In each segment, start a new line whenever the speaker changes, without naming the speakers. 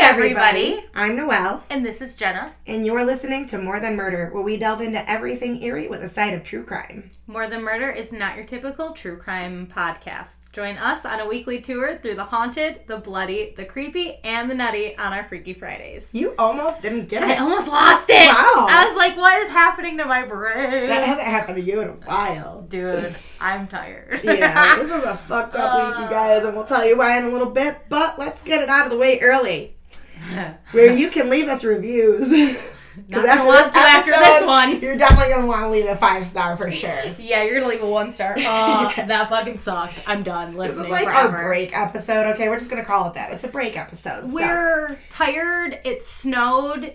everybody.
I'm Noelle,
And this is Jenna.
and you're listening to More Than Murder, where we delve into everything eerie with a side of true crime.
More Than Murder is not your typical true crime podcast. Join us on a weekly tour through the haunted, the bloody, the creepy, and the nutty on our Freaky Fridays.
You almost didn't get
I
it.
almost lost it.
Wow.
I was like, what is happening to my brain?
That hasn't happened to you in a while.
Dude, I'm tired.
yeah, Uh. this is a fucked up week, you guys, and we'll tell you why in a little bit, but let's get it out of the way early, where you can leave us reviews.
not
Because
gonna want to after this one.
You're definitely going to want to leave a five star for sure.
Yeah, you're gonna leave a one star. Oh, that fucking sucked. I'm done
This
listening
is like
forever.
our break episode, okay? We're just going to call it that. It's a break episode. so.
We're tired. It snowed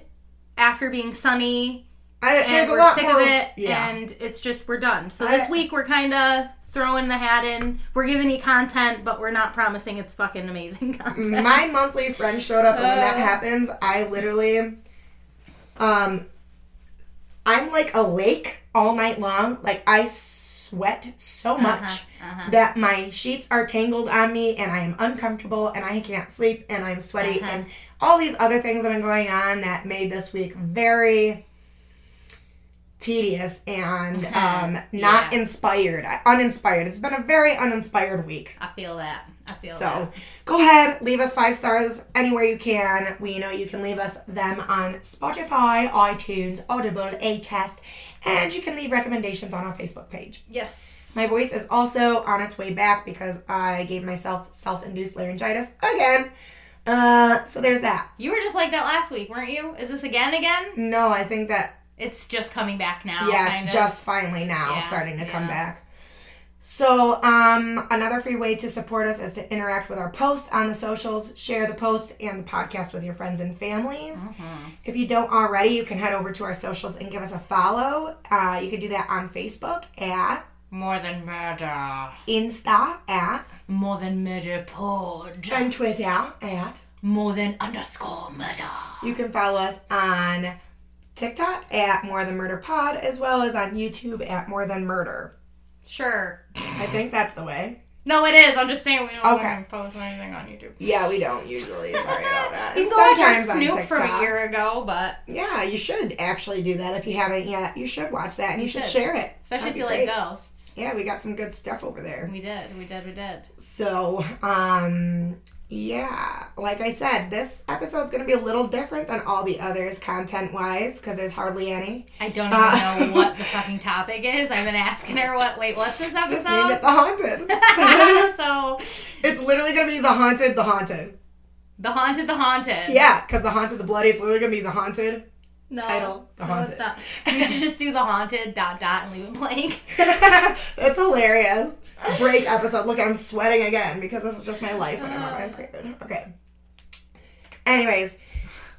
after being sunny,
I,
and
there's
we're
a lot
sick
more,
of it.
Yeah.
And it's just we're done. So
I-
this week we're kind of throwing the hat in. We're giving you content, but we're not promising it's fucking amazing content.
my monthly friend showed up, and when that
Uh.
happens, I literally, um, I'm like a lake all night long. Like I sweat so much
uh-huh.
that my sheets are tangled on me, and I am uncomfortable, and I can't sleep, and I'm sweaty,
Uh-huh.
and all these other things that have been going on that made this week very tedious and
Uh-huh.
um not
Yeah.
inspired uninspired it's been a very uninspired week
I feel that. I feel
so go ahead, leave us five stars anywhere you can. We know you can leave us them on Spotify, iTunes, Audible, Acast, and you can leave recommendations on our Facebook page.
Yes.
My voice is also on its way back because I gave myself self-induced laryngitis again. Uh, so there's that.
You were just like that last week, weren't you? Is this again again?
No, I think that
It's just coming back now.
yeah, it's
kind of.
just finally now
Yeah,
starting to come
yeah.
back. So, um, another free way to support us is to interact with our posts on the socials, share the posts and the podcast with your friends and families.
Mhm.
If you don't already, you can head over to our socials and give us a follow. Uh, you can do that on Facebook at
More than murder.
Insta at
More than murder pod.
and Twitter at.
More than underscore murder.
You can follow us on TikTok at More Than Murder Pod, as well as on YouTube at More Than Murder.
Sure.
I think that's the way.
No, it is. I'm just saying we don't
Okay.
want to post anything on YouTube.
Yeah, we don't usually. Sorry about that.
You can
And
go watch our
sometimes on
Snoop from a
TikTok.
year ago, but
Yeah, you should actually do that if you haven't yet. You should watch that and you,
You
should.
should.
share it.
especially
That'd
if you
be
like
great.
ghosts.
Yeah, we got some good stuff over there.
We did. We did. We did.
So, um, yeah, like I said, this episode's gonna be a little different than all the others content wise because there's hardly any.
I don't even
Uh,
know what the fucking topic is. I've been asking her what. Wait, what's this
Just named
episode?
it The Haunted.
so
it's literally gonna be The Haunted, The Haunted.
the haunted, the haunted.
Yeah, because The Haunted, The Bloody, it's literally gonna be The Haunted.
No,
Title, The
no, it's
Haunted.
not. We should just do the haunted dot dot and leave it blank.
That's hilarious. Break episode. Look, I'm sweating again because this is just my life whenever
Ah.
I'm pregnant. Okay. Anyways,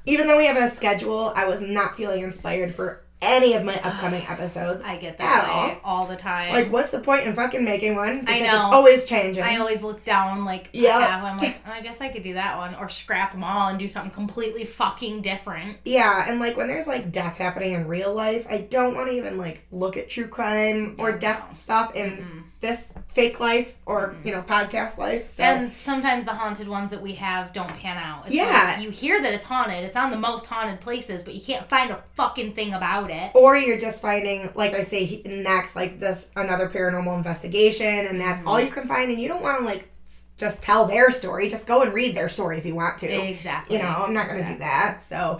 even though we have a schedule, I was not feeling inspired for any of my upcoming episodes.
I get that
At all.
way all the time.
Like, what's the point in fucking making one? Because
know.
it's always changing.
I always look down like
Yeah.
yeah. I'm like, "Oh, I guess I could do that one or scrap them all and do something completely fucking different.
yeah, and like when there's like death happening in real life, I don't want to even like look at true crime or
No.
death stuff in this fake life or you know podcast life. So
And sometimes the haunted ones that we have don't pan out. It's
Yeah.
like, you hear that it's haunted. It's on the most haunted places, but you can't find a fucking thing about it.
or you're just finding like i say he- next like this another paranormal investigation and that's all you can find and you don't want to like s- just tell their story just go and read their story if you want to
Exactly.
you know i'm not gonna do that so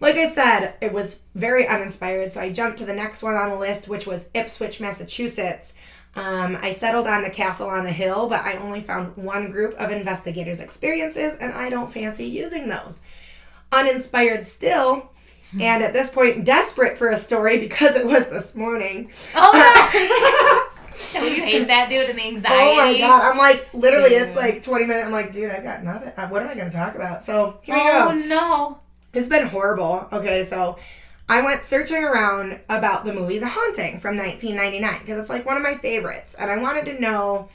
like i said it was very uninspired so i jumped to the next one on the list which was ipswich massachusetts um, i settled on the castle on the hill but i only found one group of investigators experiences and i don't fancy using those uninspired still and at this point desperate for a story because it was this morning
Oh, no.
oh
Don't you hate that dude and the anxiety?
my god i'm like literally it's
Dude.
like 20 minutes i'm like dude i've got nothing Uh, what am i going to talk about so here we go
Oh, no.
it's been horrible. Okay, so I went searching around about the movie The Haunting from 1999 because it's like one of my favorites, and I wanted to know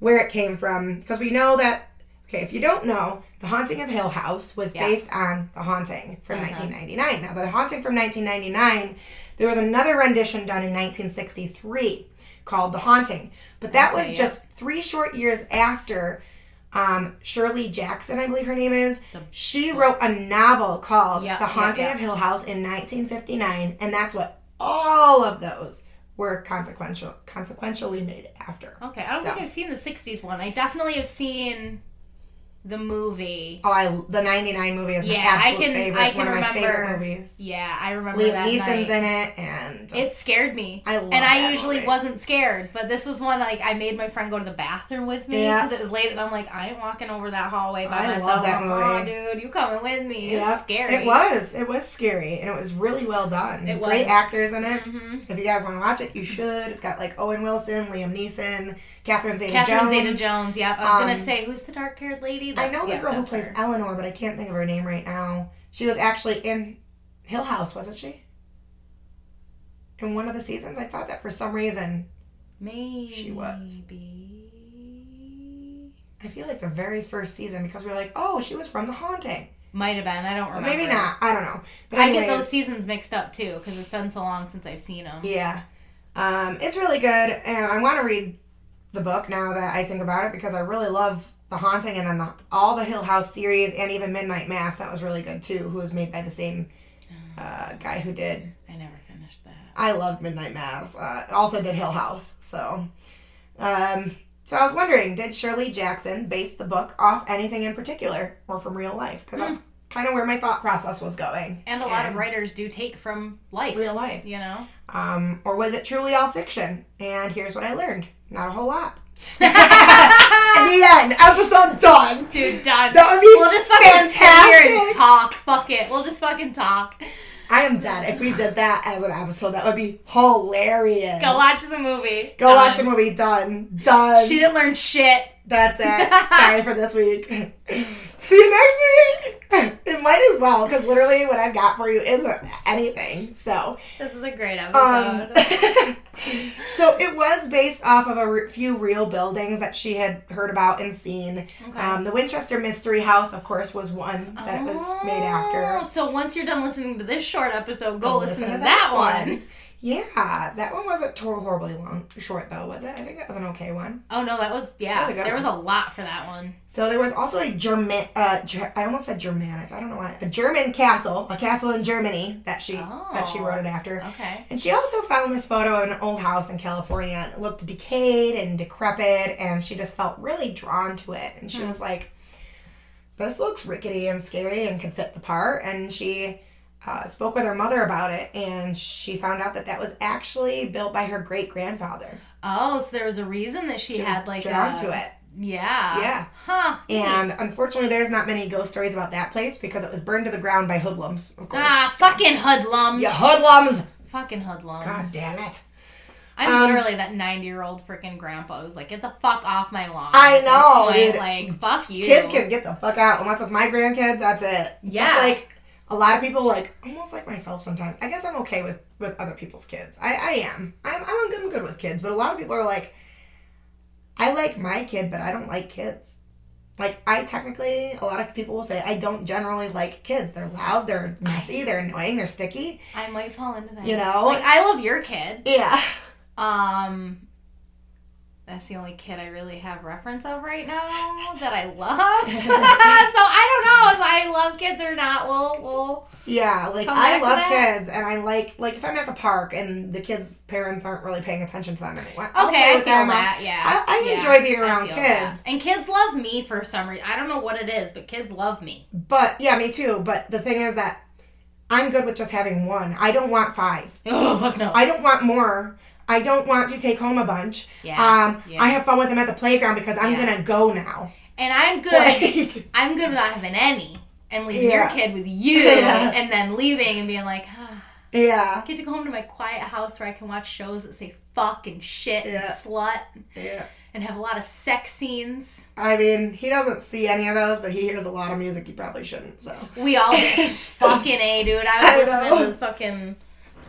where it came from because we know that. Okay, if you don't know, The Haunting of Hill House was
Yeah.
based on The Haunting from
Uh-huh.
1999. Now, The Haunting from 1999, there was another rendition done in 1963 called The Haunting, but that
Okay,
was
yeah.
just three short years after um, Shirley Jackson, I believe her name is.
The-
She wrote a novel called
Yeah,
The
yeah,
Haunting
yeah.
of Hill House in 1959, and that's what all of those were consequential, consequentially made after.
Okay, I don't
So.
think I've seen the '60s one. I definitely have seen the movie.
Oh, I the '99 movie is
Yeah,
my
I
absolute
can-
favorite.
I can
one of my favorite
remember
movies.
Yeah, I remember
Liam
that
Neeson's
night.
in it, and just-
It scared me.
I love
and I
that
usually
movie.
wasn't scared, but this was one like I made my friend go to the bathroom with me
Yeah.
because it was late, and I'm like, I ain't walking over that hallway by
I love
myself.
that
Oh,
movie.
dude, you coming with me?
Yeah,
It's scary.
It was. It was scary, and it was really well done.
It
Great
was.
actors in it.
hmm
If you guys want to watch it, you should. It's got like Owen Wilson, Liam Neeson, Catherine Zeta-Jones.
Catherine Zeta-Jones. Yep. I was gonna
Um,
say, who's the dark-haired lady?
I
That's-
know the
yeah,
girl who
that's
plays
her.
Eleanor, but I can't think of her name right now. She was actually in Hill House, wasn't she? In one of the seasons, I thought that for some reason.
Maybe
She was. I feel like the very first season because we were like, oh, she was from The Haunting.
Might have been. I don't
Or
remember.
maybe not. I don't know. But
I get
anyways,
those seasons mixed up too because it's been so long since I've seen them.
Yeah. Um, it's really good, and I want to read the book now that I think about it because I really love The Haunting and then the, all the Hill House series and even Midnight Mass. That was really good too, who was made by the same
Oh.
uh, guy who did
I never finished that.
I loved Midnight Mass. Uh, also did Hill House. So, um, so I was wondering, did Shirley Jackson base the book off anything in particular or from real life? Because
Hmm.
that's kind of where my thought process was going.
And a lot of
And
writers do take from life.
real life.
You know.
Um, or was it truly all fiction? And here's what I learned: not a whole lot. The end. Episode done.
Dude, done.
That would be
we'll just fucking sit here and
fantastic.
talk. Fuck it. We'll just fucking talk.
I am dead. If we did that as an episode, that would be hilarious.
Go watch the movie.
Go watch the
Done.
movie. Done. Done.
She didn't learn shit.
That's it. Sorry for this week. See you next week. It might as well, because literally what I've got for you isn't anything. So,
This is a great
um,
episode.
so it was based off of a re- few real buildings that she had heard about and seen.
okay.
Um, the Winchester Mystery House, of course, was one that it was made
Oh,
after.
So once you're done listening to this short episode, go
Go
listen, to, that, one.
Yeah, that one wasn't tor- horribly long, short though, was it? I think that was an okay one.
Oh no, that was
That
yeah.
was a good
there was a lot for that one.
So there was also a German, uh, Ger- I almost said Germanic. I don't know why. A German castle, a castle in Germany that she that she
Oh.
wrote it after.
Okay.
And she also found this photo of an old house in California. and It looked decayed and decrepit, and she just felt really drawn to it. And she
Hmm.
was like, "This looks rickety and scary and could fit the part." And she uh, spoke with her mother about it, and she found out that that was actually built by her great grandfather.
Oh, so there was a reason that she,
She
had
was
like
drawn
a-
to it.
Yeah.
Yeah.
Huh.
And unfortunately, there's not many ghost stories about that place because it was burned to the ground by hoodlums, of course.
ah, fucking hoodlums.
You hoodlums!
Fucking hoodlums.
God damn it.
I'm
Um,
literally that 90 year old freaking grandpa who's like, get the fuck off my lawn.
I
at this
know,
point.
dude.
Like, fuck you.
Kids can get the fuck out. Unless it's my grandkids, that's it.
Yeah.
It's like a lot of people, like almost like myself sometimes. I guess I'm okay with, with other people's kids. I, I am. I'm, I'm, good, I'm good with kids, but a lot of people are like, I like my kid, but I don't like kids. Like, I technically, a lot of people will say, I don't generally like kids. They're loud, they're messy, they're annoying, they're sticky,
I might fall into that.
you know?
Like, I love your kid.
yeah.
Um, that's the only kid I really have reference of right now that I love. so I don't know if I love kids or not. We'll, we'll,
Yeah, like
Come
I
back to
love
that.
kids, and I like like if I'm at the park and the kids' parents aren't really paying attention to them, and okay,
okay, I feel that. Yeah,
I- I
Yeah,
enjoy being around
feel that.
kids.
and kids love me for some reason. I don't know what it is, but kids love me.
But yeah, me too. But the thing is that I'm good with just having one. I don't want five.
Oh fuck no!
I don't want more. I don't want to take home a bunch.
yeah,
um,
yeah.
I have fun with them at the playground because I'm
Yeah.
gonna go now.
and I'm good.
Like,
I'm good with not having any and leaving your
Yeah.
kid with you
Yeah.
and then leaving and being like, ah,
yeah,
I get to go home to my quiet house where I can watch shows that say fuck and shit and
Yeah.
slut
yeah.
and have a lot of sex scenes.
I mean, he doesn't see any of those, but he hears a lot of music he probably shouldn't. So.
We all fucking A, dude. I was
I know.
listening to fucking.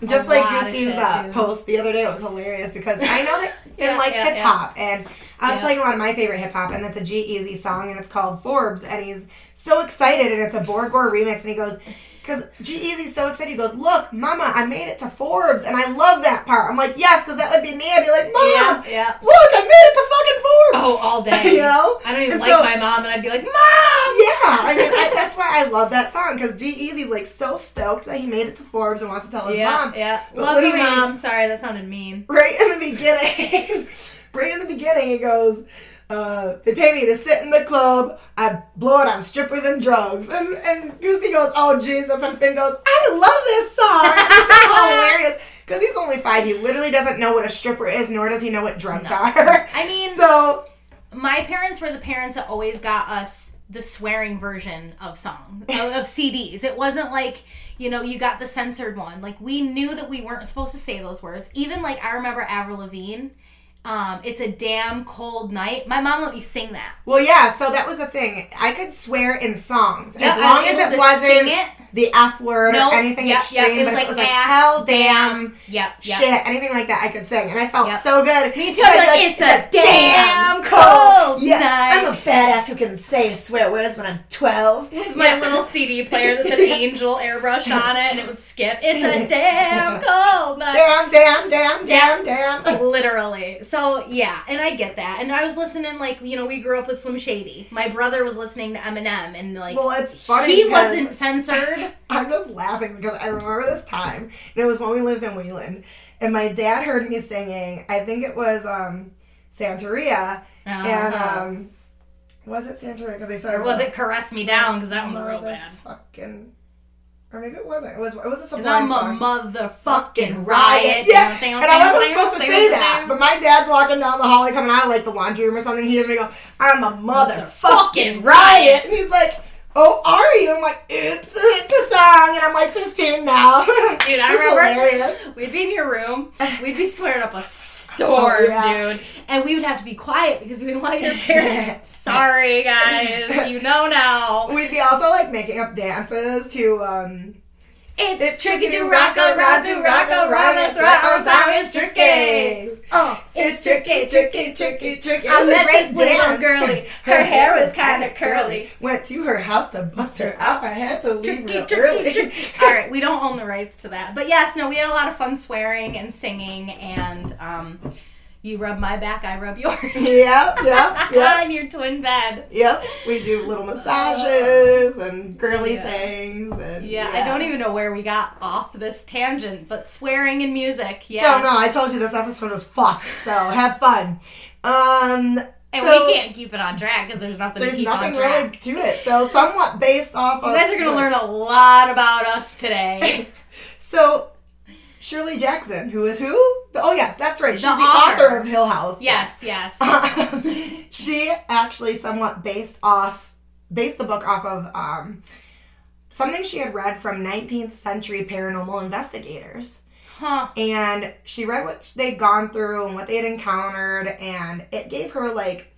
a
Just
lot
like
of
Christy's
shit,
uh,
dude.
post the other day, it was hilarious because I know that Finn
Yeah,
likes
yeah,
hip hop, and I was
Yeah.
playing one of my favorite hip hop, and it's a G Easy song, and it's called Forbes, and he's so excited, and it's a Borgor remix, and he goes, because G Easy's so excited, he goes, "Look, Mama, I made it to Forbes, and I love that part." I'm like, "Yes," because that would be me. I'd be like, "Mom,
yeah.
look, I made it to fucking Forbes."
Oh, go all day.
you know?
I don't even
And
like
so-
my mom, and I'd be like, Mom!
Yeah, I mean I, that's why I love that song because G Easy's like so stoked that he made it to Forbes and wants to tell his
yeah,
mom.
yeah.
But
Love you,
literally-
mom. Sorry, that sounded mean.
Right in the beginning, right in the beginning, he goes, uh, "They pay me to sit in the club. I blow it on strippers and drugs." And and Goosey goes, "Oh Jesus!" And Finn goes, "I love this song. This is hilarious." Because he's only five, he literally doesn't know what a stripper is, nor does he know what drugs are.
I mean,
so
my parents were the parents that always got us the swearing version of song of, of CDs. It wasn't like you know you got the censored one. Like we knew that we weren't supposed to say those words. Even like I remember Avril Lavigne. Um, it's a damn cold night. My mom let me sing that.
Well, yeah, so that was the thing. I could swear in songs
Yeah,
as
I
long
was
as
able
it
to
wasn't
sing it.
the F word
No,
or anything
yeah, yeah,
extreme,
it was
but
like
it was like
ass,
hell, damn,
Yep. yep.
shit, anything like that. I could sing, and I felt
Yep.
so good.
Me too.
I'd be
Like, it's a damn cold
yeah,
night."
I'm a badass who can say swear words when I'm 12.
My little CD player that said Angel airbrushed on it, and it would skip. It's a damn cold night.
damn, damn, damn, damn, damn.
literally so yeah and i get that and i was listening like you know we grew up with slim shady my brother was listening to eminem and like
Well, it's funny.
he
because-
wasn't censored
I'm just laughing because I remember this time, and it was when we lived in Wheeland, and my dad heard me singing. I think it was um, Santeria, and
Uh-huh.
um, was it Santeria? Because they said
or was it caress me down because that one's real bad
Fucking, or maybe it wasn't. It was. It was a
And
Sublime song.
I'm a motherfucking riot.
Yeah.
You know,
And I wasn't
thing,
supposed to
thing,
say
thing,
that,
thing.
but my dad's walking down the hallway coming out of like the laundry room or something. And he hears me go, "I'm a motherfucking riot," and he's like, "Oh, are you?" I'm like, "Oops, it's a song," and I'm like 15 now.
Dude, I
It's
remember
hilarious.
we'd be in your room, we'd be swearing up a storm,
Oh, yeah.
dude, and we would have to be quiet because we didn't want your parents. Sorry, guys, you know now.
We'd be also like making up dances to um
It's,
tricky to rock a round to rock a round that's right on time is tricky.
Oh,
It's tricky, tricky, tricky, tricky. It
I
was a
met
great
this little
dance.
girly. Her hair was kind of curly.
Went to her house to bust her up. I had to leave
Tricky,
real
tricky,
early.
tricky. All right, we don't own the rights to that, but yes, no, we had a lot of fun swearing and singing, and um, you rub my back, I rub yours.
Yep, yep, yep.
On your twin bed.
Yep, we do little massages and girly
Yeah.
things and
Yeah, I don't even know where we got off this tangent, but swearing and music. Yeah,
don't know. I told you this episode was fucked, so have fun. Um,
and
so
we can't keep it on track because there's nothing to
There's
keep
nothing
on track.
really to it. So somewhat based off
You
of
guys are gonna
the-
learn a lot about us today.
So, Shirley Jackson, who is who? The- oh, yes, that's right. She's the,
The
author.
author.
of Hill House.
Yes, yes.
Uh, she actually somewhat based off, based the book off of um, something she had read from 19th century paranormal investigators.
Huh.
And she read what they'd gone through and what they had encountered, and it gave her like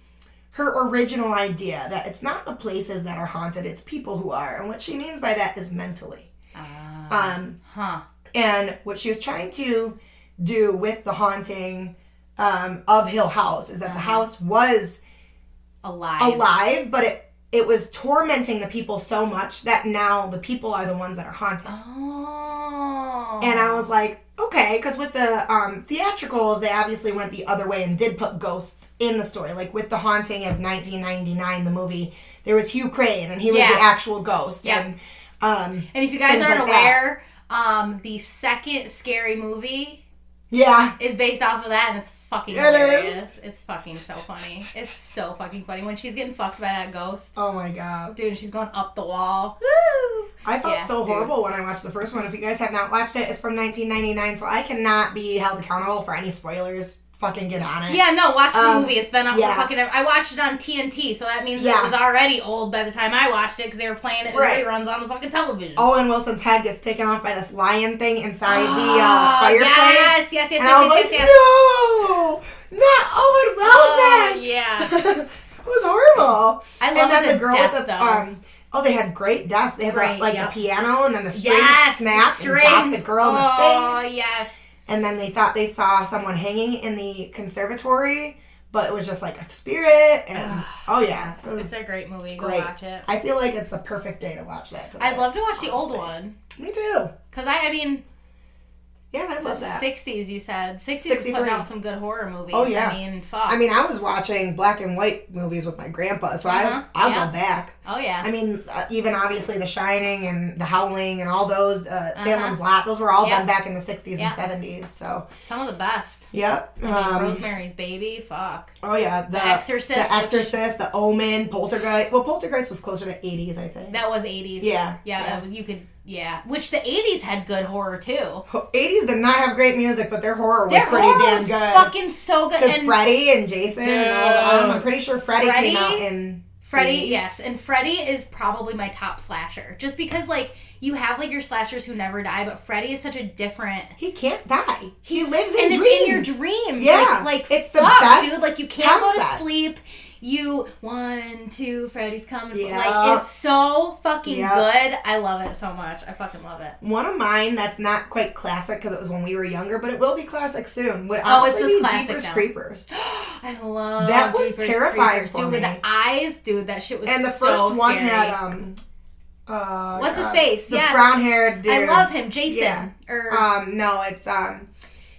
her original idea that it's not the places that are haunted, it's people who are. And what she means by that is mentally.
Uh-huh.
Um,
Uh, huh.
and what she was trying to do with the haunting um, of Hill House is that the house was
Uh-huh. Alive.
alive, but it it was tormenting the people so much that now the people are the ones that are haunted.
Oh.
And I was like, okay, because with the um, theatricals, they obviously went the other way and did put ghosts in the story. Like with the haunting of 1999, the movie, there was Hugh Crane, and he was
Yeah.
the actual ghost.
Yeah.
And um,
And if you guys
Things
aren't
like that.
aware, um, the second scary movie
yeah,
is based off of that, and it's fucking
It is.
hilarious. It's fucking so funny. It's so fucking funny when she's getting fucked by that ghost,
oh my god.
dude. and She's going up the wall.
I felt
Yeah,
so
dude.
horrible when I watched the first one. If you guys have not watched it, it's from 1999, so I cannot be held accountable for any spoilers. Fucking get on it.
Yeah, no, watch the
Um,
movie. It's been up
yeah.
for fucking. I watched it on TNT, so that means
Yeah.
it was already old by the time I watched it because they were playing it in
Right.
reruns on the fucking television.
Owen Wilson's head gets taken off by this lion thing inside the uh,
Ah,
fireplace.
Yes, yes, yes, yes,
And I was
yes,
like,
yes, yes.
no! Not Owen
Oh,
Wilson!
yeah.
it was horrible.
I
And
love
then
the,
the, girl
death,
with the.
though.
um Oh, they had great death. They had
Great,
the, like
yep.
the piano, and then the strings
yes,
snapped
strings.
and got the girl in the
oh,
face.
yes.
and then they thought they saw someone hanging in the conservatory, but it was just like a spirit. And oh yeah,
Yes,
it was-
It's a great movie.
it's
Go
great.
watch it.
I feel like it's the perfect day to watch that.
I'd love to watch the old
Honestly.
one
Me too.
because I, I mean,
Yeah, I love that.
60s, you said. 60s was
63.
putting out some good horror movies.
Oh, yeah.
I mean, fuck.
I mean, I was watching black and white movies with my grandpa, so
Uh-huh,
I I'll
yeah.
go back.
oh, yeah.
I mean, uh, even obviously The Shining and The Howling and all those uh, Salem's Lot, those were all
Uh-huh. Yeah.
done back in the 60s
Yeah.
and 70s. So,
some of the best.
yep.
I mean,
Um,
Rosemary's Baby, fuck.
oh yeah, the,
The Exorcist,
The
which-
Exorcist, The Omen, Poltergeist. Well, Poltergeist was closer to 80s, I think.
That was 80s.
Yeah,
Yeah, you could, yeah. Which the 80s had good horror, too.
Ho- 80s did not have great music, but their horror was
Their
pretty
horror
damn
was
good.
fucking so good.
Because
And
Freddy and Jason and all them.
Dude.
I'm pretty sure Freddy,
Freddy?
came out in.
Freddy,
80s.
yes. And Freddy is probably my top slasher. Just because, like, you have, like, your slashers who never die, but Freddy is such a different.
He can't die. He lives in
and
dreams.
it's in your dreams.
Yeah.
like, like
It's the
fuck,
best
dude. Like you can't go to
concept.
sleep. You one, two, Freddy's coming.
Yeah.
Like it's so fucking
Yeah.
good. I love it so much. I fucking love it.
One of mine that's not quite classic because it was when we were younger, but it will be classic soon. Would
Oh, it's
honestly
just
be
classic
Jeepers
now.
Creepers.
I love
That was
Jeepers
terrifying
Creepers,
for
dude. With
me.
the eyes, dude. That shit was
And the
so
first one
scary.
had um, uh,
What's his
God,
face?
The
Yes.
brown haired dude.
I love him, Jason. Er,
Yeah.
Or
Um, no, it's um,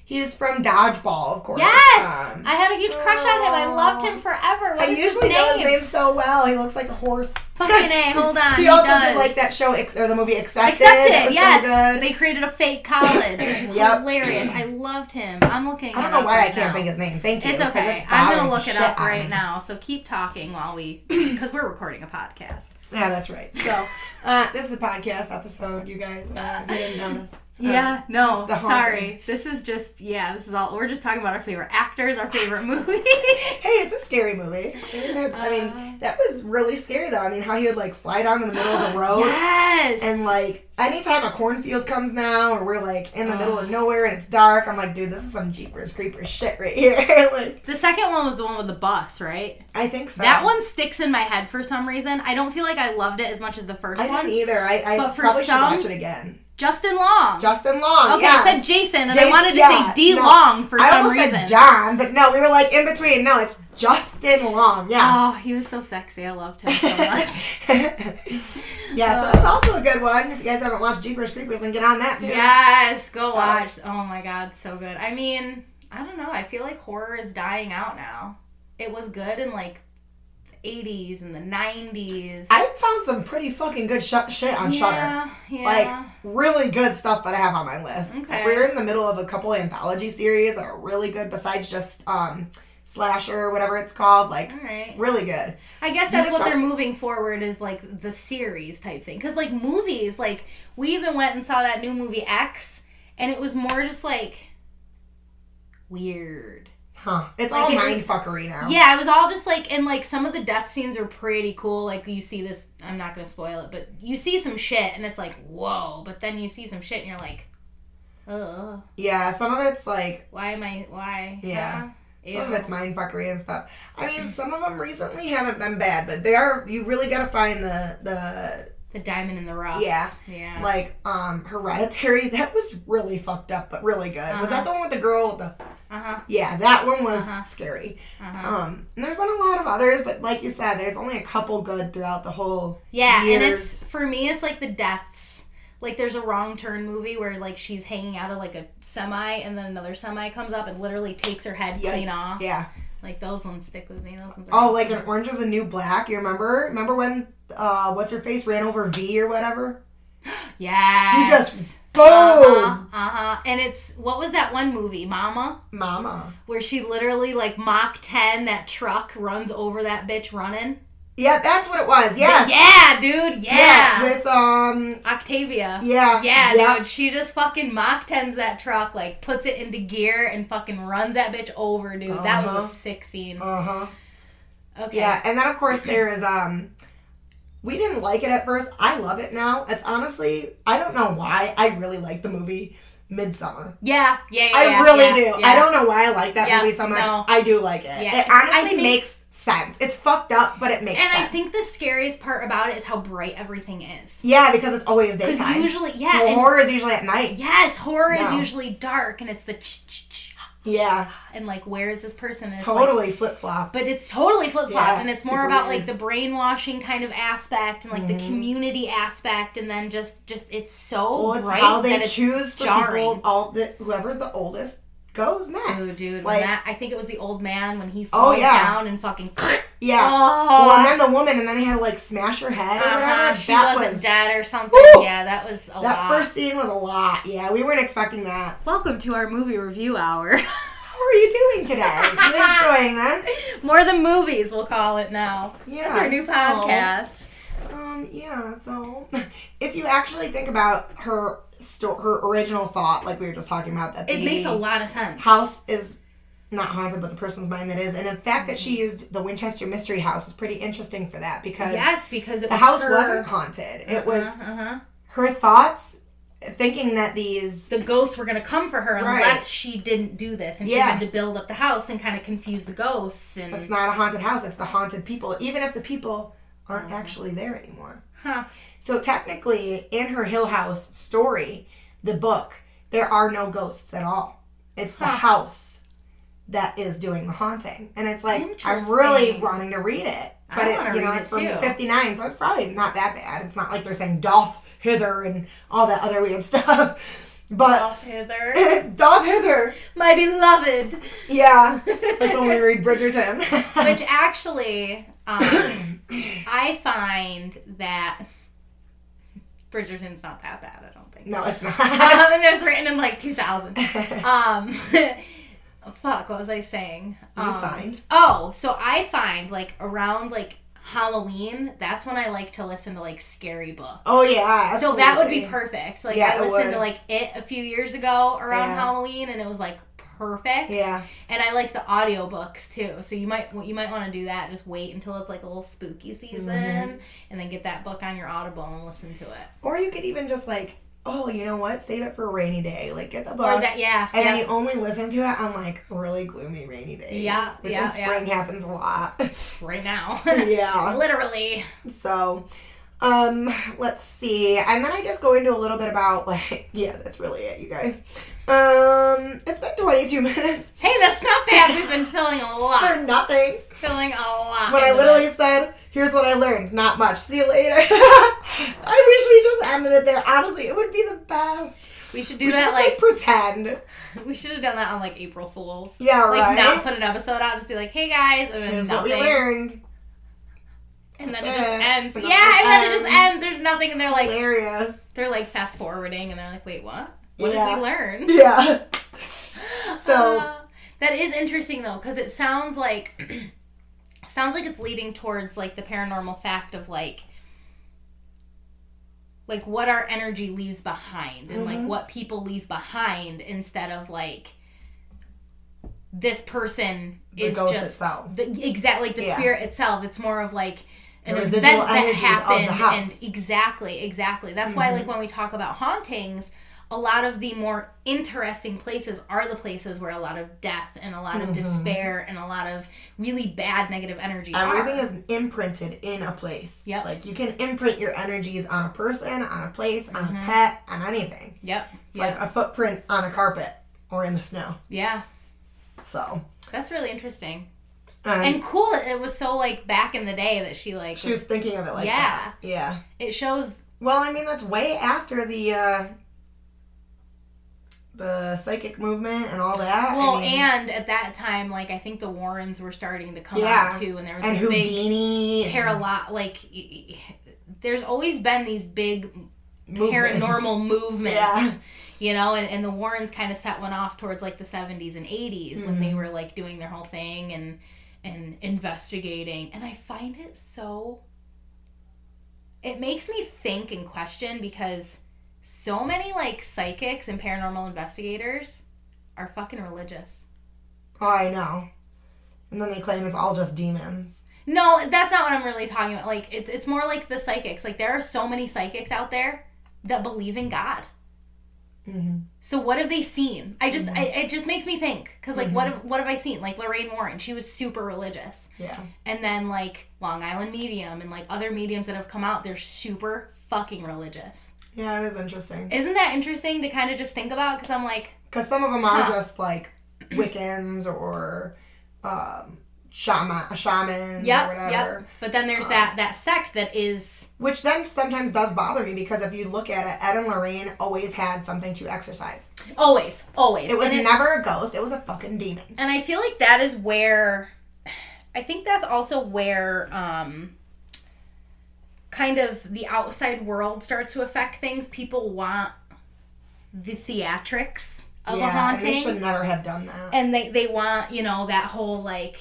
he's from Dodgeball, of course.
yes,
Um, oh.
I had a huge crush on him. I loved him forever. What
I
is
usually
his
know
name?
his name so well. He looks like a horse.
Fucking a. Hold on.
he,
he
also
does.
did like that show Ex- or the movie Accepted.
Accepted,
It was so
yes.
good.
They created a fake college. It was
Yep.
Hilarious. I loved him. I'm looking.
I don't
it
know
up
why
right
I can't
now.
think his name. Thank you.
It's
'cause
okay. I'm
bothering
gonna look it
shit
up
out of me.
right now. So keep talking while we, because we're recording a podcast.
Yeah, that's right. So, uh, this is a podcast episode, you guys. Uh, if you didn't notice. Uh,
Yeah. No.
just the haunting.
Sorry. This is just. Yeah. This is all. We're just talking about our favorite actors, our favorite movies.
Hey, it's a scary movie. I
Uh.
mean, that was really scary though. I mean, how he would like fly down in the middle of the road
yes.
and like anytime a cornfield comes now, or we're like in the middle
Uh.
of nowhere and it's dark, I'm like, dude, this is some Jeepers Creepers shit right here. like,
the second one was the one with the bus, right?
I think so.
That one sticks in my head for some reason. I don't feel like I loved it as much as the first
I
one.
didn't e- either. I, I
But for
probably
some-
should watch it again.
Justin Long.
Justin Long.
okay,
yes.
I said Jason, and I
Jason-
wanted to
yeah,
say D
no.
Long for
I
some
almost
reason.
said John, but no, we were like in between. No, it's Justin Long. Yeah.
Oh, he was so sexy. I loved him Oh, so much.
yeah, so that's also a good one. If you guys haven't watched Jeepers Creepers, then get on that too.
yes, go
So-
watch. Oh my god, so good. I mean, I don't know. I feel like horror is dying out now. It was good in like the 80s and the 90s.
I found some pretty fucking good sh- shit on Shutter.
yeah, yeah.
Like really good stuff that I have on my list.
Okay.
We're in the middle of a couple anthology series that are really good. Besides just um, slasher, whatever it's called, like
all right.
really good.
I guess that's
just
what
are-
they're moving forward is like the series type thing. Because like movies, like we even went and saw that new movie X, and it was more just like weird.
Huh? It's
Like,
all
it
mind
was-
fuckery now.
Yeah, it was all just like, and like some of the death scenes were pretty cool. Like you see this, I'm not gonna spoil it, but you see some shit, and it's like whoa. But then you see some shit, and you're like, ugh,
Yeah. Some of it's like
why am I? Why?
Yeah.
Huh?
Some of
Ew.
it's mind fuckery and stuff. I mean, some of them recently haven't been bad, but they are. You really gotta find the the
the diamond in the rough.
yeah,
yeah.
like um, hereditary. That was really fucked up, but really good. Was
Uh-huh.
that the one with the girl with the?
Uh huh.
Yeah, that one was
Uh-huh.
scary.
Uh huh.
Um, and there's been a lot of others, but like you said, there's only a couple good throughout the whole.
Yeah, and
years.
it's for me, it's like the deaths. Like there's a wrong turn movie where like she's hanging out of like a semi, and then another semi comes up and literally takes her head clean
Yikes.
off.
Yeah.
Like those ones stick with me. Those ones. Are
Oh, like an Orange is the New Black. You remember? Remember when uh, what's her face ran over V or whatever?
yeah.
She just boom,
Uh
Oh.
huh. And it's what was that one movie, Mama,
mama.
where she literally like Mach ten that truck runs over that bitch running.
Yeah, that's what it was. Yes.
Yeah, dude. Yeah.
with um
Octavia.
yeah.
Yeah,
yeah.
dude, she just fucking Mach 10s that truck, like puts it into gear and fucking runs that bitch over, dude. That was
Uh-huh.
a sick scene.
Uh-huh.
Okay.
Yeah, and then of course there is um we didn't like it at first. I love it now. It's honestly I don't know why. I really like the movie Midsummer.
Yeah, yeah, yeah.
I
yeah,
really
yeah,
do.
yeah.
I don't know why I like that
Yeah,
movie so much.
no.
I do like it.
Yeah.
It honestly
I think-
makes sense. It's fucked up, but it makes
And
sense.
I think the scariest part about it is how bright everything is.
Yeah, because it's always
Because
daytime.
usually, yeah.
so
and-
horror is usually at night.
yes, horror
No.
is usually dark and it's the ch ch ch.
Yeah,
and like where is this person? And it's like,
totally flip flop.
but it's totally flip flop,
Yeah,
and it's
super
more about
weird. Mm-hmm.
like the brainwashing kind of aspect and like the community aspect, and then just just it's so
Well, it's
bright
how they
that Oh, it's
choose for
jarring.
people. All the whoever's the oldest goes next.
Ooh, dude,
like Oh,
when that, I think it was the old man when he falls
yeah.
down and fucking.
yeah.
Oh,
Well, and then the woman, and then they had to like smash her head or whatever.
uh-huh, she
that
wasn't
was
dead or something.
Woo!
Yeah, that was a
that
lot.
first scene was a lot. Yeah, we weren't expecting that.
Welcome to our movie review hour.
How are you doing today? you enjoying that?
More than movies, we'll call it now.
Yeah,
That's our new
so,
podcast.
Um, yeah. So, if you actually think about her sto- her original thought, like we were just talking about, that
It
the
makes a lot of sense.
house is not haunted, but the person's mind that is, and the fact that
Mm-hmm.
she used the Winchester Mystery House is pretty interesting for that because
Yes, because it
the
was
house
her-
wasn't haunted. It was
Uh-huh, uh-huh.
her thoughts, thinking that these
the ghosts were going to come for her
Right.
unless she didn't do this, and she
Yeah.
had to build up the house and kind of confuse the ghosts and
It's not a haunted house, it's the haunted people, even if the people
Mm-hmm.
aren't actually there anymore.
huh.
So, technically, in her Hill House story, the book, there are no ghosts at all. It's the
Huh.
house that is doing the haunting. And it's like, I'm really
Interesting.
wanting to read it.
I
But
wanna
it, you know,
read
it's
it
from
too.
59, so it's probably not that bad. It's not like they're saying doth hither and all that other weird stuff. But
off hither,
doth hither.
my beloved.
Yeah. Like when we read Bridgerton.
Which actually, um, I find that Bridgerton's not that bad. I don't think.
no, it's
I
not.
don't think it was written in like 2000. Um, fuck, what was I saying?
You
um,
find.
Oh, so I find like around like Halloween, that's when I like to listen to like scary books.
Oh yeah.
So that would be
absolutely.
perfect. Like
Yeah,
I
it
listened
would.
to like it a few years ago around
Yeah.
Halloween, and it was like perfect.
Yeah.
And I like the audiobooks too. So you might you might want to do that. Just wait until it's like a little spooky season,
Mhm.
and then get that book on your Audible and listen to it.
Or you could even just like, oh, you know what? Save it for a rainy day. Like get the
or
book.
that, yeah,
and
yeah.
then you only listen to it on like really gloomy rainy days.
Yeah,
Which
yeah,
in spring happens a lot.
right now.
yeah.
Literally.
So um let's see. And then I just go into a little bit about like yeah, that's really it, you guys. Um it's been twenty two minutes
Hey, that's not bad. We've been filling a lot.
for nothing.
filling a lot.
When I
into
literally
this.
said, here's what I learned, not much. See you later. I wish we just ended it there. Honestly, it would be the best.
We should do
we should
that
just, like,
like.
pretend.
We should have done that on like April Fools.
Yeah,
Like
right.
not put an episode out, just be like, "Hey guys," and then
Here's what
nothing,
we learned.
and then it
That's
just
it.
ends.
And
yeah, and then it
nothing
just ends. There's nothing, and they're like,
Hilarious.
they're like fast forwarding, and they're like, "Wait, what? What
Yeah.
did we learn?"
Yeah. So-
Uh, that is interesting though, because it sounds like sounds like it's leading towards like the paranormal fact of like like what our energy leaves behind and
Mhm.
like what people leave behind instead of like this person
The
is
ghost
just
itself.
the, exactly like the
Yeah.
spirit itself. It's more of like an
The
event
residual
that
energies of the
happened
house. Mm-hmm.
and exactly, exactly. That's why like when we talk about hauntings, a lot of the more interesting places are the places where a lot of death and a lot of
Mhm.
despair and a lot of really bad negative energy
Everything
are.
is imprinted in a place.
Yep.
Like you can imprint your energies on a person, on a place, on a
Mhm.
pet, on anything.
yep.
It's
Yeah.
like a footprint on a carpet or in the snow.
yeah.
So
That's really interesting.
um,
And cool that it was so like back in the day that she like
she was thinking of it like
Yeah.
that. Yeah.
it shows
Well, I mean that's way after the uh the psychic movement and all that.
well
I mean,
and at that time like I think the Warrens were starting to come
Yeah.
out too and there was
and
this big
Houdini and
paralo- like y- y- there's always been these big
movements.
paranormal movements
Yeah.
you know and, and the warrens kind of set one off towards like the 70s and 80s when
Mm-hmm.
they were like doing their whole thing and and investigating and i find it so it makes me think and question because so many like psychics and paranormal investigators are fucking religious
Oh, I know. And then they claim it's all just demons.
No, that's not what I'm really talking about. Like, it's, it's more like the psychics. Like, there are so many psychics out there that believe in God.
Mm-hmm.
So what have they seen? I just, I, it just makes me think. Cause like,
Mm-hmm.
what have, what have I seen? Like Lorraine Warren, she was super religious,
Yeah.
and then like Long Island medium and like other mediums that have come out, they're super fucking religious.
Yeah, it is interesting.
Isn't that interesting to kind of just think about? Cause I'm like,
Because some of them are
Huh.
just like Wiccans or um, shaman, shamans or
Yep,
Mm, whatever. Uh.
yep. But then there's that that sect that is
Which then sometimes does bother me because if you look at it, Ed and Lorraine always had something to exercise.
always, always.
It was
And it's-
never a ghost, it was a fucking demon.
and I feel like that is where I think that's also where um kind of the outside world starts to affect things. People want the theatrics of a
yeah, and
haunting.
they should never have done that.
and they they want you know that whole like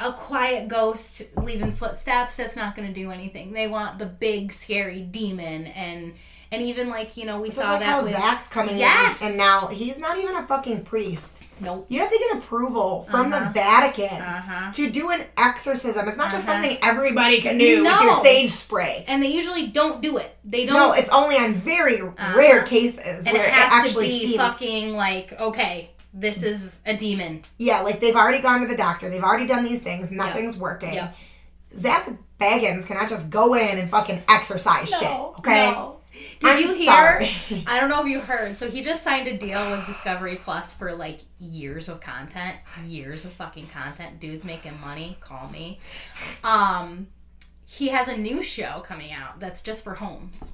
a quiet ghost leaving footsteps that's not going to do anything they want the big scary demon and and even like you know we
It's just
saw
like
that
how
with
Zach's coming
Yes.
in, and now he's not even a fucking priest.
nope
You have to get approval from
Uh-huh.
the Vatican
uh-huh
to do an exorcism. It's not just
Uh-huh.
something everybody can do with
No.
your sage spray.
and they usually don't do it they don't Uh-huh.
No, it's only on very rare cases
and
where
it
it,
has to
actually
be
seems.
fucking like okay this is a demon
Yeah, like they've already gone to the doctor. They've already done these things. Nothing's working.
Yep.
Zach Baggins cannot just go in and fucking exercise shit. Okay.
no. did
I'm
you hear
sorry.
I don't know if you heard. So he just signed a deal with Discovery Plus for like years of content, years of fucking content. Dude's making money. Call me. Um, he has a new show coming out that's just for homes,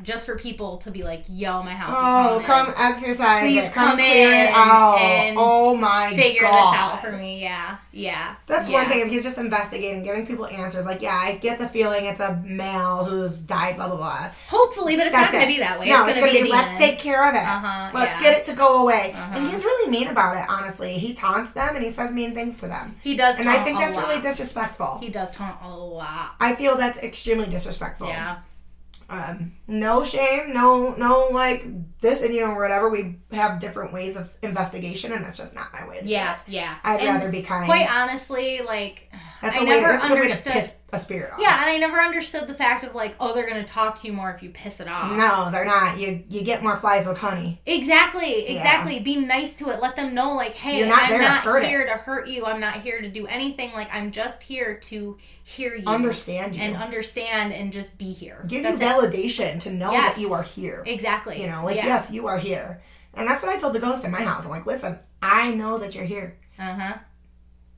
just for people to be like, "Yo, my house
Oh,
is haunted.
come exercise.
Please
it. come,
come
clear
in
it out.
and
oh my
Figure
god.
this out for me." Yeah, yeah.
That's
yeah.
one thing. If he's just investigating, giving people answers, like, yeah, I get the feeling it's a male who's died, blah blah blah.
Hopefully, but it's
That's
not going
it.
to be that way.
no,
it's going to be, a
let's
demon.
take care of it.
Uh-huh,
Let's
yeah.
get it to go away. And
Uh-huh.
he's really mean about it. Honestly, he taunts them and he says mean things to them.
He does,
And I
taunt
think
Oh, a
that's really
lot.
disrespectful.
He does taunt a lot.
I feel that's extremely disrespectful.
Yeah.
Um, no shame, no, no, like this and you or whatever. We have different ways of investigation, and that's just not my way. To do
Yeah,
it.
yeah.
I'd
And
rather be kind.
Quite honestly, like
that's a
I
way.
never
that's a good way to
understood-
piss a spirit off.
yeah, and I never understood the fact of like, oh, they're gonna talk to you more if you piss it off.
No, they're not. You you get more flies with honey.
Exactly,
Yeah.
exactly. Be nice to it. Let them know, like, hey,
You're not
I'm
there to
not
hurt it.
here to hurt you. I'm not here to do anything. Like, I'm just here to hear you
Understand you.
and understand and just be here.
Give
That's
you
it.
validation to know
Yes.
that you are here.
Exactly.
You know, like
yeah.
yes, you are here. And that's what I told the ghost in my house. I'm like, listen, I know that you're here,
Uh huh.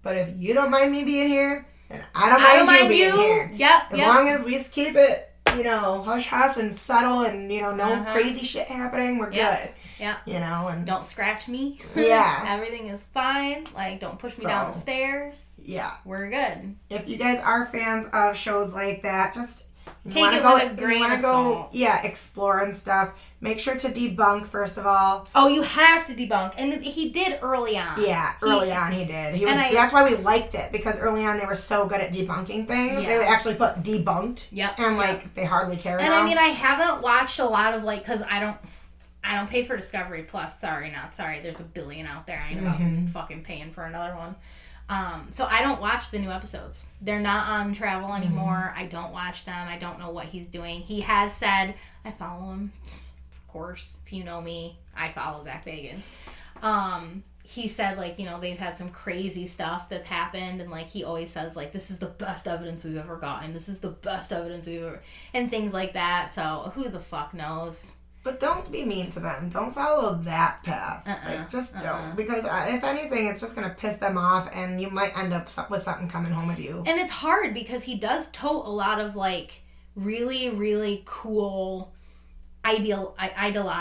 but if you don't mind me being here, then I don't mind,
I don't mind
you
you.
being here.
Yep.
As
yep.
long as we just keep it, you know, hush hush and subtle, and you know, no
Uh-huh.
crazy shit happening, we're
Yeah.
good.
Yeah.
You know, and
don't scratch me.
Yeah.
Everything is fine. Like, don't push me down
So.
the stairs.
yeah.
We're good.
if you guys are fans of shows like that, just if you
Take
wanna
it
go,
with a
if you
grain
wanna
of
go,
salt.
yeah, explore and stuff. Make sure to debunk first of all.
Oh, you have to debunk, and he did early on.
Yeah, early on he did. He was.
I-
that's why we liked it because early on they were so good at debunking things. They
Yeah.
would actually put debunked,
Yep.
and
yep.
like they hardly care.
and
now.
I mean, I haven't watched a lot of like because I don't, I don't pay for Discovery Plus. Sorry, not sorry. There's a billion out there. I ain't about
Mhm.
to fucking paying for another one. Um, so I don't watch the new episodes. They're not on travel anymore. I don't watch them. I don't know what he's doing. He has said I follow him. Of course, if you know me, I follow Zach Bagans. Um, he said like you know they've had some crazy stuff that's happened, and like he always says like this is the best evidence we've ever gotten. This is the best evidence we've ever and things like that. So who the fuck knows?
but don't be mean to them. Don't follow that path.
Uh-uh,
Like just
uh-uh.
don't because uh, if anything, it's just gonna piss them off, and you might end up so- with something coming home with you.
And it's hard because he does tote a lot of like really really cool ideal i- ideal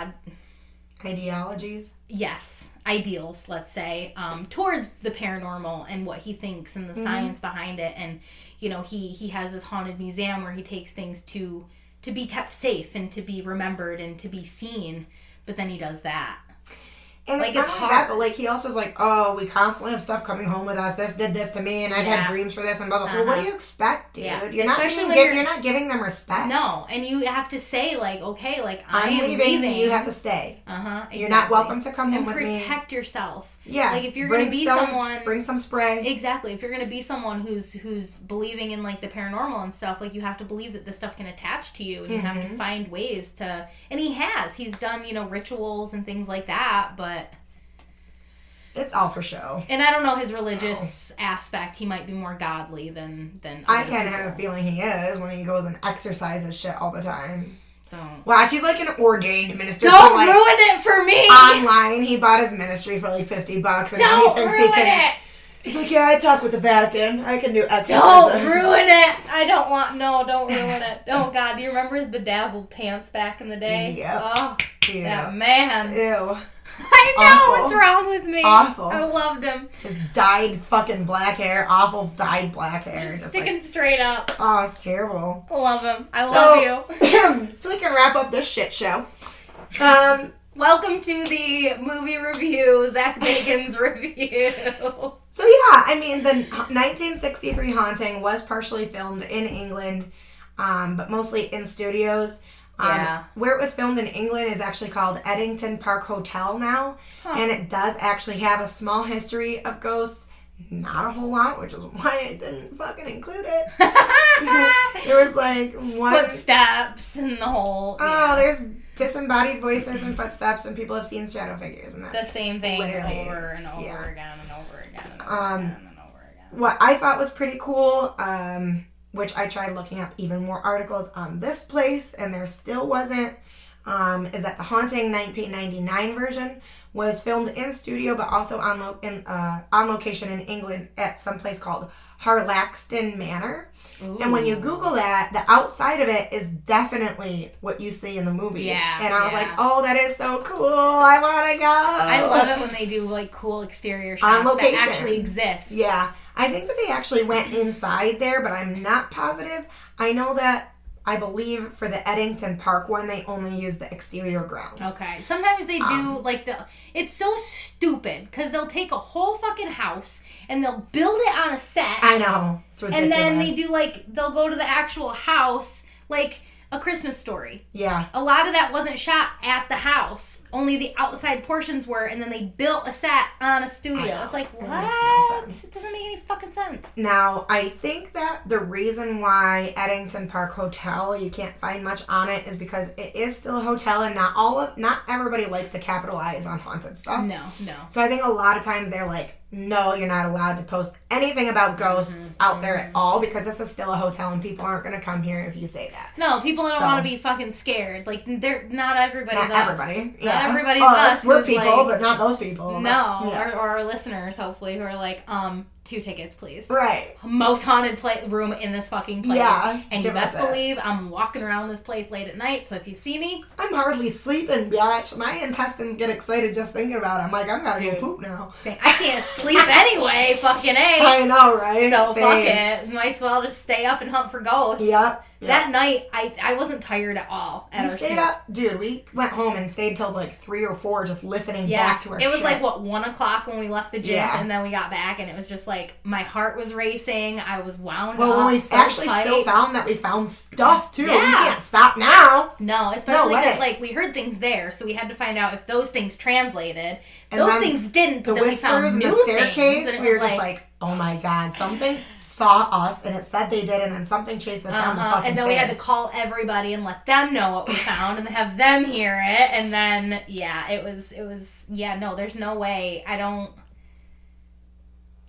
Ideologies.
yes ideals let's say um towards the paranormal and what he thinks and the
Mm-hmm.
science behind it and you know he he has this haunted museum where he takes things to to be kept safe and to be remembered and to be seen but then he does that
And
Like,
it's not
it's
only that,
hard.
but like he also is like, oh, we constantly have stuff coming home with us. This did this to me, and I've had
Yeah.
dreams for this, and blah blah. Well, what do
Uh-huh.
you expect, dude?
Yeah.
You're not
Especially
being
when
gi-
you're-
you're not giving them respect.
no and you have to say like okay like i
I'm
am
leaving. You have to stay.
uh-huh
You're not
exactly.
welcome to come home
and
with me.
protect yourself
Yeah.
like, if you're
bring
gonna be
stones,
someone-
bring some spray.
Exactly. If you're going to be someone who's who's believing in like the paranormal and stuff, like you have to believe that this stuff can attach to you, and you have to
Mhm.
find ways to. And he has. He's done you know rituals and things like that, but
It's all for show.
and I don't know his religious aspect. He might be more godly than than.
I
other
kind of
people.
have a feeling he is when he goes and exercises shit all the time.
Don't.
Wow, she's like an ordained minister. for,
Don't
like,
ruin it for me.
online. He bought his ministry for like fifty bucks, and now he
Don't
thinks
ruin
he can.
it.
He's like, yeah, I talk with the Vatican. I can do
Don't
exercises.
ruin it. I don't want. No, don't ruin it. Oh God, do you remember his bedazzled pants back in the day?
Yep.
Oh,
Yeah.
that man.
Ew.
I know
Awful.
what's wrong with me.
Awful.
I loved him.
His dyed fucking black hair. Awful dyed black hair.
Just
Just
sticking
like,
straight up.
oh, it's terrible.
Love him. I
So-
love you.
so we can wrap up this shit show. Um,
Welcome to the movie review, Zach Bacon's review.
so yeah, I mean, the 1963 haunting was partially filmed in England, um, but mostly in studios. Um,
Yeah.
Where it was filmed in England is actually called Eddington Park Hotel now,
Huh.
and it does actually have a small history of ghosts. Not a whole lot, which is why I didn't fucking include it. there was like one
Footsteps and the whole.
Oh,
yeah.
there's disembodied voices and footsteps, and people have seen shadow figures, and
the
that's
same thing
literally-
over and over
yeah.
again and over again and over
Um,
again and over again.
what I thought was pretty cool. Um, which I tried looking up even more articles on this place, and there still wasn't. Um, is that the haunting 1999 version was filmed in studio, but also on lo- in, uh, on location in England at some place called Harlaxton Manor. And when you
Ooh.
Google that, the outside of it is definitely what you see in the movies.
Yeah,
and I was
yeah.
like, oh, that is so cool. I want to go.
I love it when they do like cool exterior shots
On location.
that actually exist.
Yeah. I think that they actually went inside there, but I'm not positive. I know that I believe for the Eddington Park one, they only used the exterior grounds.
Okay. Sometimes they do
Um,
like the. It's so stupid because they'll take a whole fucking house and they'll build it on a set,
I know. It's
and
ridiculous.
then they do like they'll go to the actual house, like a Christmas story.
Yeah.
A lot of that wasn't shot at the house; only the outside portions were, and then they built a set on a studio.
know.
It's like
It makes
what?
no sense.
it doesn't make any fucking sense.
Now, I think that the reason why Eddington Park Hotel you can't find much on it is because it is still a hotel, and not all of not everybody likes to capitalize on haunted stuff.
No, no.
So I think a lot of times they're like, "No, you're not allowed to post anything about ghosts
Mm-hmm.
out there at all because this is still a hotel, and people aren't going to come here if you say that."
No, people don't
So-
want to be fucking scared. Like they're not everybody's
Not
us.
everybody.
Not
Yeah.
everybody's
Oh,
us.
We're
who's
people,
like-
but not those people.
no,
Yeah.
or, or our listeners hopefully who are like, um, two tickets, please.
Right.
Most haunted pla room in this fucking place.
Yeah,
and you
give us
best
that.
believe I'm walking around this place late at night. So if you see me,
I'm hardly sleeping, bitch. My intestines get excited just thinking about it. I'm like, I'm gotta
Dude.
go poop now.
say, I can't sleep anyway. Fucking a.
I know, right?
So fuck
Same.
it. Might as well just stay up and hunt for ghosts.
Yep. yep.
That night, I I wasn't tired at all. At
we
our
stayed
snoop.
up, dude. We went home and stayed till like three or four, just listening
Yeah,
back to our.
it was
shit.
like what one o'clock when we left the gym,
Yeah.
and then we got back, and it was just like my heart was racing. I was wound
Well,
up.
when we
so
actually
tight.
still found that we found stuff too. We
Yeah.
can't stop now.
no, especially
way.
because like we heard things there, so we had to find out if those things translated.
And
those
then
things didn't,
The
but then we
whispers
found
in
new
the staircase.
things, and it
we were
was
just like, oh my god, something saw us, and it said they did, and then something chased us down the
uh-huh.
fucking
and then we had to
stairs.
call everybody and let them know what we found, and have them hear it, and then yeah, it was it was yeah. No, there's no way. I don't.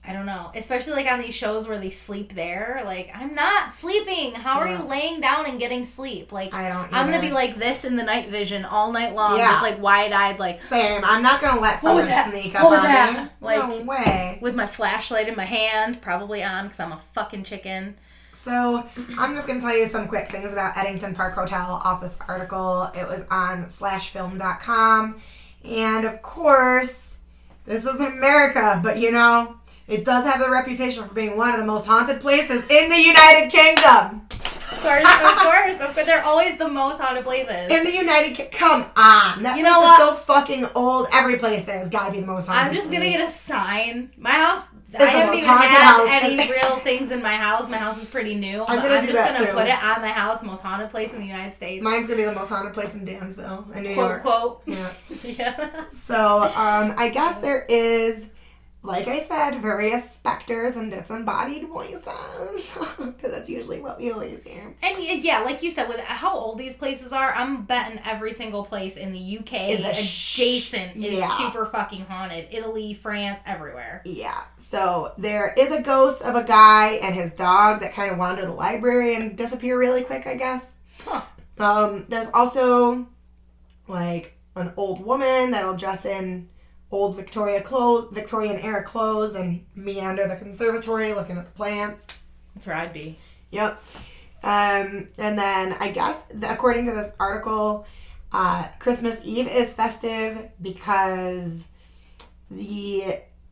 I don't know. Especially like on these shows where they sleep there. Like, I'm not sleeping. How are
Yeah.
you laying down and getting sleep? Like,
I don't.
I'm gonna
either.
be like this in the night vision all night long,
Yeah.
just like wide eyed, like
same. I'm not gonna let
What was
someone
that?
sneak
What
up
was
on
that?
me.
Like-
no way.
with my flashlight in my hand, probably on because I'm a fucking chicken.
So I'm just gonna tell you some quick things about Eddington Park Hotel off this article. It was on slashfilm.com, and of course, this is America, but you know. It does have the reputation for being one of the most haunted places in the United Kingdom.
Of course, of course, of course. They're always the most haunted places.
In the United Kingdom, come on, that place
You know
is
what?
so fucking old. Every place there's got to be the most haunted.
I'm just gonna
place.
get a sign. My house.
the
I haven't
most
even
haunted
had
house
any
in-
real things in my house. My house is pretty new. but I'm,
gonna do
just
that
gonna
too.
put it on my house, most haunted place in the United States.
Mine's gonna be the most haunted place in Dansville, in New
quote
York.
quote.
Yeah.
yeah.
So, um, I guess there is, like I said, various specters and disembodied voices. 'Cause that's usually what we always hear.
And y- yeah, like you said, with how old these places are, I'm betting every single place in the UK
Is a sh-
adjacent is
yeah.
super fucking haunted. Italy, France, everywhere.
Yeah. So there is a ghost of a guy and his dog that kind of wander the library and disappear really quick. I guess.
Huh.
Um, there's also like an old woman that'll dress in old Victoria clothes, Victorian era clothes, and meander the conservatory looking at the plants.
That's where I'd be.
Yep. Um, and then I guess th- according to this article, uh, Christmas Eve is festive because the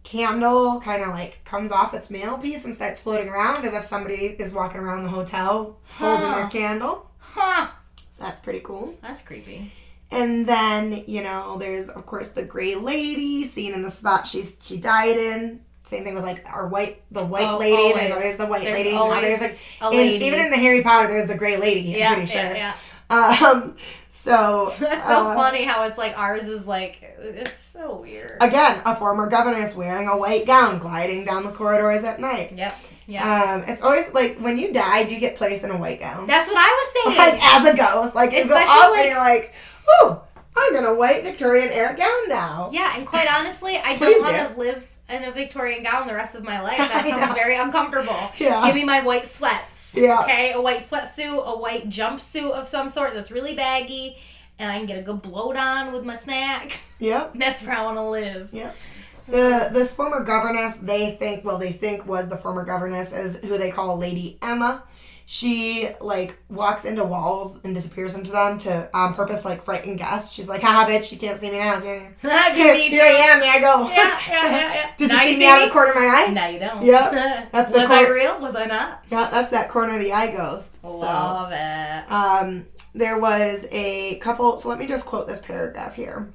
candle kind of like comes off its mantelpiece and starts floating around as if somebody is walking around the hotel holding
Huh.
their candle.
Huh.
So that's pretty cool.
That's creepy.
And then, you know, there's of course the gray lady seen in the spot she's she died in. Same thing with like our white the white
Oh,
lady.
always.
There's always the white
There's
lady. Now
always
there's like
a
in-
lady.
even in the Harry Potter there's the gray lady, I'm
yeah,
pretty sure.
yeah, yeah.
Um so,
That's so
uh,
funny how it's like ours is like it's so weird.
again, a former governess wearing a white gown gliding down the corridors at night.
yep. Yeah.
Um it's always like when you died you get placed in a white gown.
That's what I was
like
saying.
as a ghost. Like you go
Especially,
up
like-
and you're like, oh, I'm in a white Victorian era gown now.
yeah, and quite honestly, I
Please
don't want to live in a Victorian gown the rest of my life. That
I
sounds
know.
very uncomfortable.
Yeah.
Give me my white sweats.
Yeah.
Okay, a white sweatsuit, a white jumpsuit of some sort that's really baggy, and I can get a good bloat on with my snacks.
Yep.
That's where I want to live.
The this former governess they think well they think was the former governess is who they call Lady Emma. She like walks into walls and disappears into them to on purpose like frighten guests. She's like, haha bitch, you can't see me now. Here,
I
here,
can be-
I am, there I go.
yeah, yeah, yeah, yeah.
Did you
Now
see
you
me out of
see
the corner of my eye?
Now you don't.
Yep, that's the
was I
cor-
real? Was I not?
Yeah, that's that corner of the eye ghost.
Oh,
So
Love it.
Um, there was a couple, so let me just quote this paragraph here.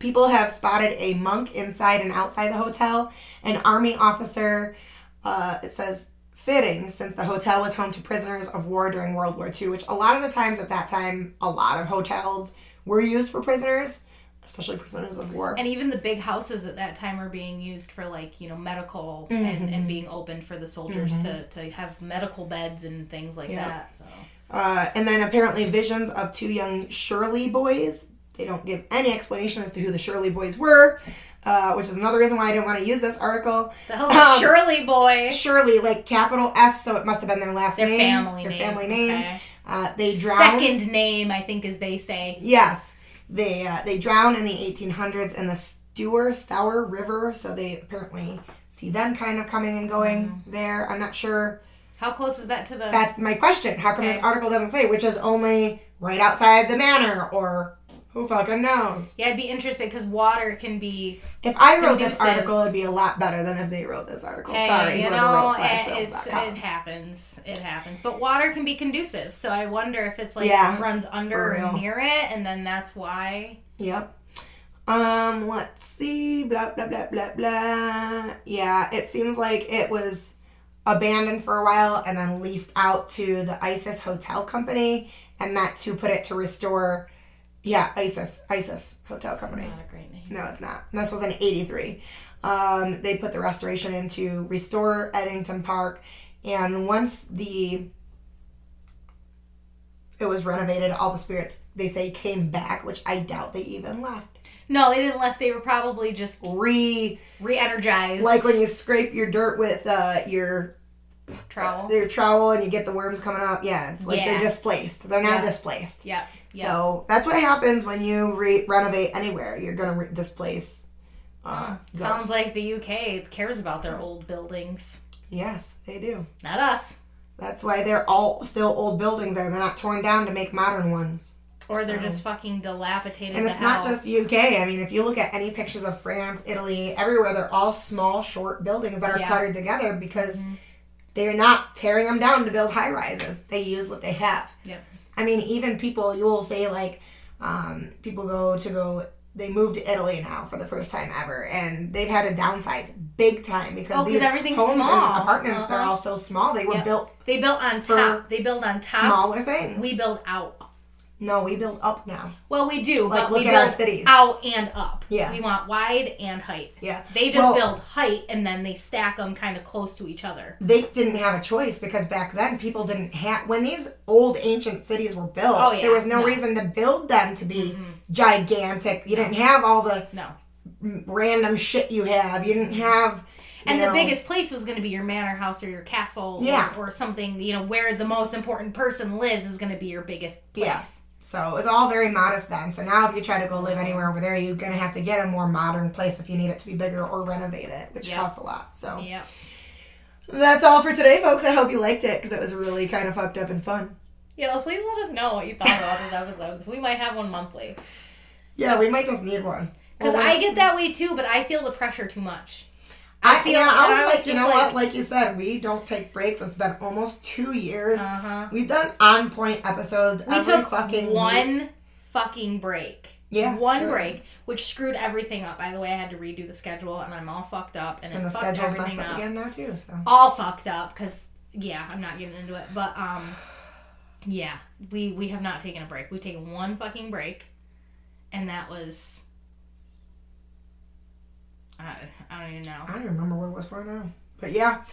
People have spotted a monk inside and outside the hotel, an army officer, uh, it says, fitting since the hotel was home to prisoners of war during World War II, which a lot of the times at that time, a lot of hotels were used for prisoners, especially prisoners of war.
And even the big houses at that time were being used for like, you know, medical and,
Mm-hmm.
and being opened for the soldiers to, to have medical beds and things like
Yeah.
that. So
Uh, and then apparently visions of two young Shirley boys. They don't give any explanation as to who the Shirley boys were, uh, which is another reason why I didn't want to use this article.
the hell's
Um,
a Shirley boy.
Shirley, like capital S, so it must have been their last
Their
name.
family
their
name.
family name.
okay.
Uh, they drown.
Second name, I think, as they say.
Yes, they uh, they drown in the 1800s in the Stour Stour River. So they apparently see them kind of coming and going
Mm-hmm.
there. I'm not sure.
How close is that to the
That's my question. How come
Okay.
this article doesn't say, which is only right outside the manor, or who fucking knows?
Yeah, I'd be interested because water can be
If I wrote this
Conducive.
article, it'd be a lot better than if they wrote this article.
hey,
Sorry,
you
whoever
know,
wrote slash
it, it's,
com.
it happens. It happens. But water can be conducive. So I wonder if it's like
Yeah,
runs under
for real.
or near it and then that's why
Yep. Um, let's see. Blah blah blah blah blah. Yeah, it seems like it was abandoned for a while and then leased out to the ISIS hotel company, and that's who put it to restore. Yeah, ISIS, ISIS hotel company.
not a great name.
No, it's not. And This was in 83. Um, they put the restoration into Restore Eddington Park. And once the it was renovated, all the spirits they say came back, which I doubt they even left.
No, they didn't left. They were probably just
Re
re-energized.
like when you scrape your dirt with uh, your
trowel.
your trowel and you get the worms coming up. Yeah, it's like
Oh. Yeah.
they're displaced. They're not
Yeah.
displaced.
Yep. Yep.
So that's what happens when you re- renovate anywhere. You're gonna re- displace. Uh,
Huh. Sounds
ghosts.
like the UK cares about their old buildings,
yes, they do.
not us.
That's why they're all still old buildings there. They're not torn down to make modern ones.
Or they're
So-
just fucking dilapidated.
And
to
it's not
hell.
just UK. I mean, if you look at any pictures of France, Italy, everywhere, they're all small, short buildings that are
Yeah. Mm-hmm.
cluttered together because they're not tearing them down to build high rises. They use what they have.
Yep.
I mean, even people, you will say, like, um, people go to go, they move to Italy now for the first time ever, and they've had to downsize big time because
Oh, 'cause
these
everything's
homes
small.
and apartments, they're
Uh-huh.
all so small. They were
Yep.
built
They built on
For
top. They build on top.
smaller things.
We build out.
No, we build up now.
Well, we do,
Like,
but
look
we
at our
build
cities.
out and up.
Yeah.
We want wide and height.
Yeah.
They just
Well-
build height and then they stack them kind of close to each other.
They didn't have a choice because back then people didn't have when these old ancient cities were built,
Oh, yeah. Mm-hmm.
there was no,
No.
reason to build them to be gigantic. You didn't have all the
No.
random shit you have. You didn't have
And the
know.
biggest place was going to be your manor house or your castle or-
Yeah.
or, something, you know, where the most important person lives is going to be your biggest place.
Yeah. So it was all very modest then. So now if you try to go live anywhere over there, you're gonna have to get a more modern place if you need it to be bigger or renovate it, which
Yeah.
costs a lot. So
Yep.
that's all for today, folks. I hope you liked it because it was really kind of fucked up and fun.
Yeah, well, please let us know what you thought about this episode because we might have one monthly.
Yeah, we might just need one.
Because
Well,
I get that way too, but I feel the pressure too much.
I
feel-
yeah, I
and
was,
I was
like, you
just
know
like-
what? Like you said, we don't take breaks. It's been almost two years.
Uh huh.
We've done on point episodes.
We
every
took
fucking week.
one fucking break.
Yeah,
One
there was-
break, which screwed everything up. By the way, I had to redo the schedule, and I'm all fucked up, and,
and
it
the
fucked
schedule's
everything
messed
up.
up again now too. So
all fucked up because yeah i'm not getting into it but um yeah we we have not taken a break we've taken one fucking break and that was i, I don't even know
I don't even remember what it was for now. But yeah,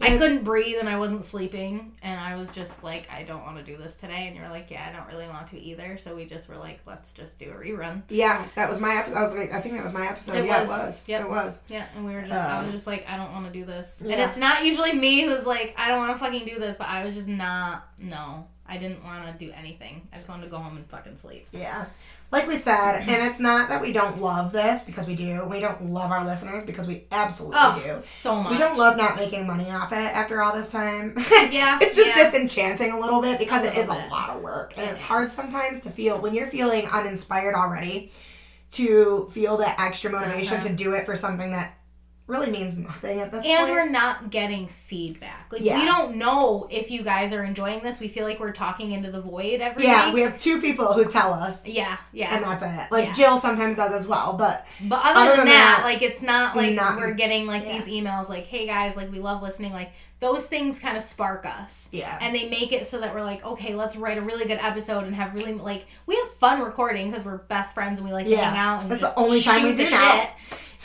i couldn't breathe and i wasn't sleeping and i was just like i don't want to do this today and you're like yeah i don't really want to either so we just were like let's just do a rerun
yeah, that was my episode. I was like, I think that was my episode.
It
yeah,
was.
it was.
Yep.
It was.
yeah and we were just i was just like i don't want to do this and
Um, Yeah.
it's not usually me who's like i don't want to fucking do this but i was just not no i didn't want to do anything i just wanted to go home and fucking sleep
Yeah. Like we said, and it's not that we don't love this because we do. We don't love our listeners because we absolutely
Oh,
do.
so much.
We don't love not making money off it after all this time.
Yeah,
it's just
yeah.
disenchanting a little bit because
A
it is
little
a
bit.
lot of work. And
It
it's
is.
hard sometimes to feel when you're feeling uninspired already to feel that extra motivation
Uh-huh.
to do it for something that really means nothing at this
And
point.
we're not getting feedback. Like
Yeah.
we don't know if you guys are enjoying this. We feel like we're talking into the void every
yeah, we
week.
have two people who tell us
yeah, yeah.
and that's it. Like
Yeah.
Jill sometimes does as well, but
but other, than, that, like it's not like
not-
we're getting like
yeah.
these emails like, "Hey guys, like we love listening." Like those things kind of spark us.
yeah.
And they make it so that we're like, okay, let's write a really good episode and have really like we have fun recording because we're best friends and we like to
Yeah.
hang out and
That's
just
the only time we
shoot the
do now.
shit.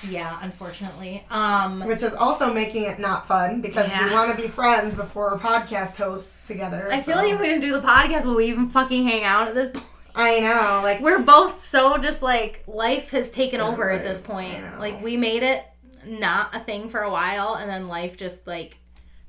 Yeah, unfortunately. Um,
which is also making it not fun because we
Yeah.
want to be friends before we're podcast hosts together.
I feel
so-
like if we didn't do the podcast, will we even fucking hang out at this point?
I know, like
We're both so just like life has taken
Yeah,
over at
like,
this
I
point.
know.
Like we made it not a thing for a while, and then life just like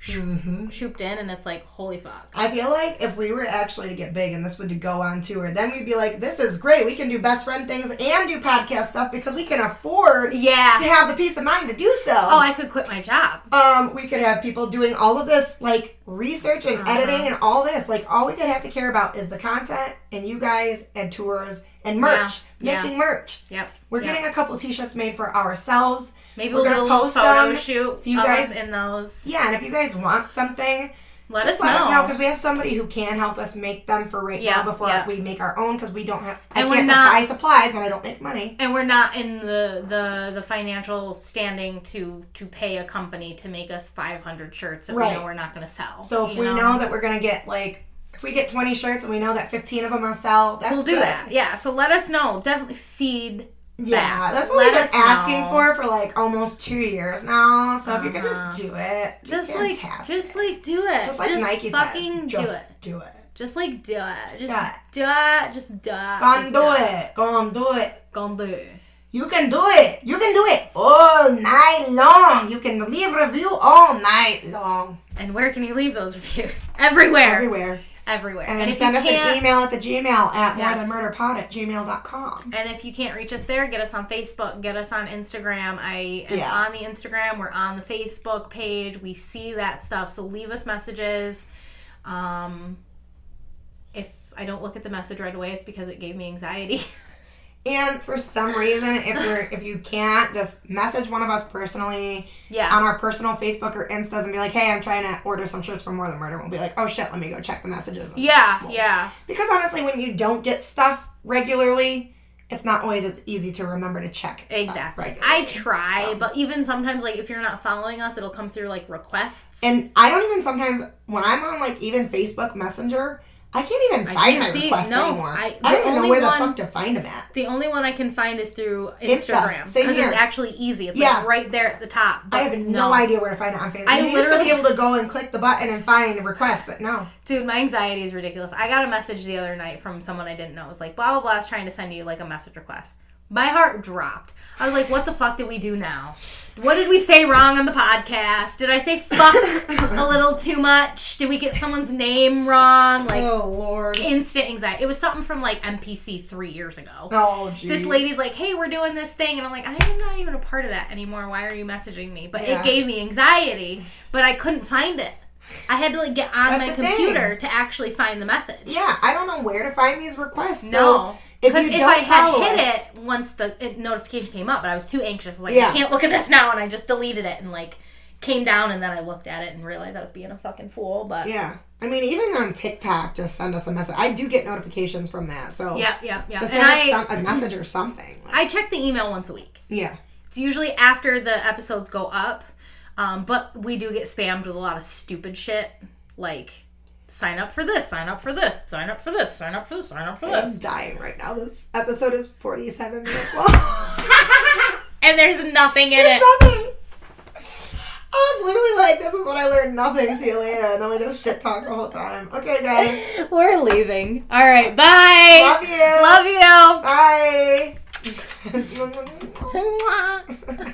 mhm.
shooped in, and it's like holy fuck.
I feel like if we were actually to get big and this would go on tour, then we'd be like, "This is great. We can do best friend things and do podcast stuff because we can afford to
Yeah.
have the peace of mind to do so."
Oh, I could quit my job.
um, we could have people doing all of this, like research and
Uh-huh.
editing and all this. Like, all we could have to care about is the content and you guys and tours and merch,
Yeah, yeah.
making merch.
Yep.
We're
Yep.
getting a couple t-shirts made for ourselves.
Maybe
we're
we'll do
gonna
a little
post
photo
them.
shoot.
If you
of
guys-
us in those,
Yeah, and if you guys want something,
let us
just
know.
let us know because we have somebody who can help us make them for right
Yeah,
now before
yeah.
we make our own because we don't have. I
And we're
can't just
not-
buy supplies when I don't make money.
and we're not in the, the the financial standing to to pay a company to make us 500 shirts that
Right.
we know we're not going to sell.
So if
you
we know that we're gonna get like, if we get twenty shirts and we know that fifteen of them are sell, that's
we'll do
good.
that. Yeah. So let us know. Definitely feed.
Yeah,
back.
that's what
Let
we've
us
been asking
know.
for for like almost two years now. So if you could
Uh-huh.
just do it, it'd be
Just like,
fantastic.
just like do it.
Just like Nike says,
fucking do
just
it.
do it.
Just like do it. Just
do it.
do it. Just do
Go
it. Just
and do it. Go and do it.
Go and do it.
You can do it. You can do it all night long. You can leave review all night long.
And where can you leave those reviews? Everywhere. Everywhere.
Everywhere.
And,
And,
if
send
you
us
can't,
an email at the Gmail at
Yes.
morethanmurderpod at gmail.com.
And if you can't reach us there, get us on Facebook, get us on Instagram. I am
Yeah.
on the Instagram. We're on the Facebook page. We see that stuff. So leave us messages. Um, if I don't look at the message right away, it's because it gave me anxiety.
And for some reason, if you're if you can't, just message one of us personally
yeah.
on our personal Facebook or Instas and be like, hey, I'm trying to order some shirts for More Than Murder. We'll be like, oh shit, let me go check the messages.
yeah. Yeah.
Because honestly, when you don't get stuff regularly, it's not always as easy to remember to check. stuff
Exactly.
regularly.
I try,
So.
but even sometimes, like, if you're not following us, it'll come through like requests.
And I don't even sometimes when I'm on like even Facebook Messenger, I can't even
I
find
can't
my
see-
requests
no,
anymore. I, don't
I- the
even know
only
where the
one-
fuck to find them at.
The only one I can find is through
Insta.
Instagram
Same
because
here.
it's actually easy. It's
Yeah.
like right there at the top.
I have
but
no, idea where to find it on Facebook. I
I
you used to
literally-
be able to go and click the button and find a request, but no.
Dude, my anxiety is ridiculous. I got a message the other night from someone I didn't know. It was like, blah, blah, blah, is trying to send you like a message request. My heart dropped. I was like, what the fuck did we do now? What did we say wrong on the podcast? Did I say fuck a little too much? Did we get someone's name wrong? Like,
oh lord.
instant anxiety. It was something from like MPC three years ago.
Oh geez.
This lady's like, hey, we're doing this thing. And I'm like, I am not even a part of that anymore. Why are you messaging me? But
Yeah.
it gave me anxiety, but I couldn't find it. I had to like get on
That's
my
the thing.
computer to actually find the message.
Yeah, I don't know where to find these requests. So
No.
if
Because
you
if,
don't
I had
follow
hit
us-
it once the it, notification came up, but I was too anxious. Like,
Yeah.
I can't look at this now. And I just deleted it and like came down and then I looked at it and realized I was being a fucking fool. But yeah,
Yeah. I mean, even on TikTok, just send us a message. I do get notifications from that, so
yeah, yeah.
just
And
send us
I,
some, a message or something. Like,
I check the email once a week.
yeah,
It's usually after the episodes go up, um, but we do get spammed with a lot of stupid shit like sign up for this, sign up for this, sign up for this, sign up for this, sign up for
I'm
this.
dying right now. This episode is 47 minutes long.
And there's nothing in it.
nothing. I was literally like, this is what I learned. Nothing. See you later. And then we just shit talk the whole time. Okay, guys.
We're leaving. All right, bye.
Love you.
Love you.
Bye.
Mwah.